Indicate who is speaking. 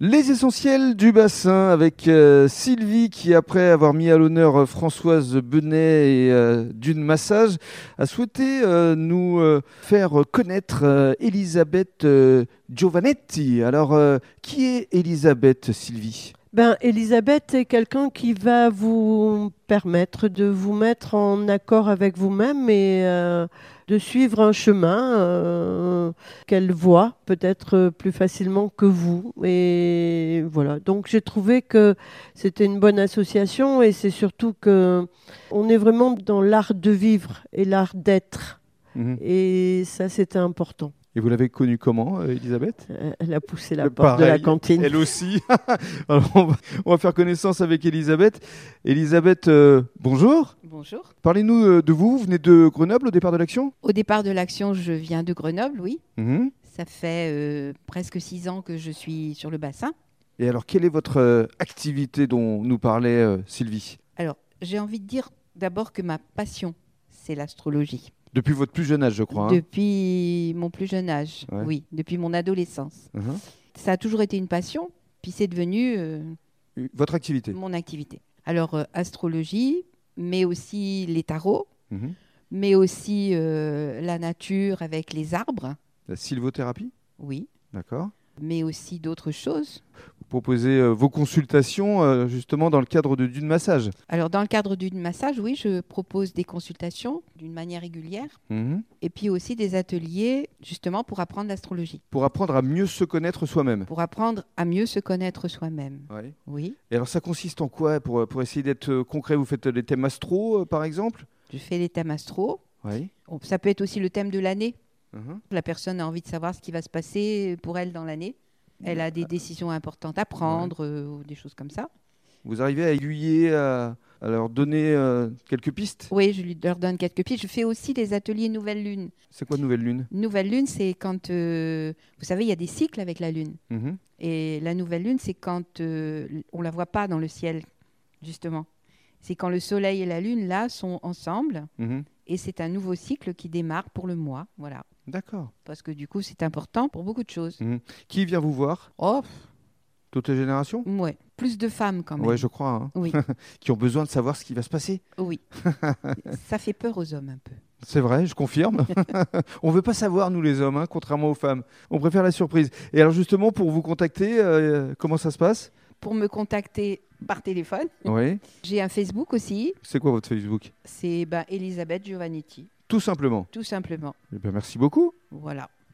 Speaker 1: Les essentiels du bassin avec euh, Sylvie qui, après avoir mis à l'honneur euh, Françoise Benet et euh, Dune Massage, a souhaité euh, nous euh, faire connaître euh, Elisabeth euh, Giovanetti. Alors, euh, qui est Elisabeth, Sylvie
Speaker 2: Ben, Elisabeth est quelqu'un qui va vous permettre de vous mettre en accord avec vous-même et euh, de suivre un chemin euh, qu'elle voit peut-être euh, plus facilement que vous. Et voilà. Donc j'ai trouvé que c'était une bonne association et c'est surtout que on est vraiment dans l'art de vivre et l'art d'être.
Speaker 1: Mhm.
Speaker 2: Et ça, c'était important.
Speaker 1: Et vous l'avez connue comment, euh, Elisabeth
Speaker 2: Euh, Elle a poussé la
Speaker 1: Euh,
Speaker 2: porte de la
Speaker 1: pareil,
Speaker 2: cantine.
Speaker 1: Elle aussi. Alors, on, va, on va faire connaissance avec Elisabeth. Elisabeth, euh, bonjour.
Speaker 3: Bonjour.
Speaker 1: Parlez-nous euh, de vous. Vous venez de Grenoble au départ de l'action
Speaker 3: Au départ de l'action, je viens de Grenoble, oui.
Speaker 1: Mhm.
Speaker 3: Ça fait euh, presque six ans que je suis sur le bassin.
Speaker 1: Et alors, quelle est votre euh, activité dont nous parlait euh, Sylvie
Speaker 3: Alors, j'ai envie de dire d'abord que ma passion, c'est l'astrologie.
Speaker 1: Depuis votre plus jeune âge, je crois. hein.
Speaker 3: Depuis mon plus jeune âge,
Speaker 1: Ouais.
Speaker 3: oui, depuis mon adolescence.
Speaker 1: Mhm.
Speaker 3: Ça a toujours été une passion, puis c'est devenu euh,
Speaker 1: Euh, Votre activité.
Speaker 3: mon activité. Alors, euh, astrologie, mais aussi les tarots,
Speaker 1: Mhm.
Speaker 3: mais aussi euh, la nature avec les arbres,
Speaker 1: La sylvothérapie,
Speaker 3: oui,
Speaker 1: d'accord.
Speaker 3: mais aussi d'autres choses.
Speaker 1: Vous proposez euh, vos consultations euh, justement dans le cadre de d'une massage.
Speaker 3: Alors, dans le cadre d'une massage, oui, je propose des consultations d'une manière régulière
Speaker 1: Mhm.
Speaker 3: et puis aussi des ateliers justement pour apprendre l'astrologie,
Speaker 1: Pour apprendre à mieux se connaître soi-même.
Speaker 3: pour apprendre à mieux se connaître soi-même.
Speaker 1: Ouais.
Speaker 3: Oui,
Speaker 1: Et alors, ça consiste en quoi pour, euh, pour essayer d'être euh, concret Vous faites euh, des thèmes astro, euh, par exemple
Speaker 3: je fais les thèmes astro.
Speaker 1: Oui. Mm-hmm.
Speaker 3: On- Ça peut être aussi le thème de l'année. La personne a envie de savoir ce qui va se passer pour elle dans l'année. Elle a des décisions importantes à prendre euh, ou des choses comme ça.
Speaker 1: Vous arrivez à aiguiller, à, à leur donner euh, quelques pistes
Speaker 3: Oui, je lui leur donne quelques pieds. Je fais aussi des ateliers Nouvelle Lune.
Speaker 1: C'est quoi Nouvelle Lune
Speaker 3: Nouvelle Lune, c'est quand, euh, vous savez, il y a des cycles avec la Lune.
Speaker 1: Mhm.
Speaker 3: Et la nouvelle lune, c'est quand euh, l- on la voit pas dans le ciel, justement. C'est quand le soleil et la lune, là, sont ensemble.
Speaker 1: Mhm.
Speaker 3: Et c'est un nouveau cycle qui démarre pour le mois. Voilà.
Speaker 1: D'accord.
Speaker 3: Parce que du coup, c'est important pour beaucoup de choses.
Speaker 1: Qui vient vous voir
Speaker 3: Oh, pff,
Speaker 1: Toute la génération
Speaker 3: ouais. Plus de femmes quand même.
Speaker 1: Ouais, je crois. hein.
Speaker 3: Oui,
Speaker 1: qui ont besoin de savoir ce qui va se passer.
Speaker 3: oui. Ça fait peur aux hommes un peu.
Speaker 1: C'est vrai, je confirme. on veut pas savoir, nous les hommes, hein, contrairement aux femmes. On préfère la surprise. Et alors justement, pour vous contacter, euh, comment ça se passe
Speaker 3: Pour me contacter par téléphone,
Speaker 1: Oui.
Speaker 3: j'ai un Facebook aussi.
Speaker 1: C'est quoi votre Facebook
Speaker 3: C'est ben, Elisabeth Giovanetti,
Speaker 1: Tout simplement.
Speaker 3: tout simplement.
Speaker 1: Eh bien, merci beaucoup.
Speaker 3: Voilà.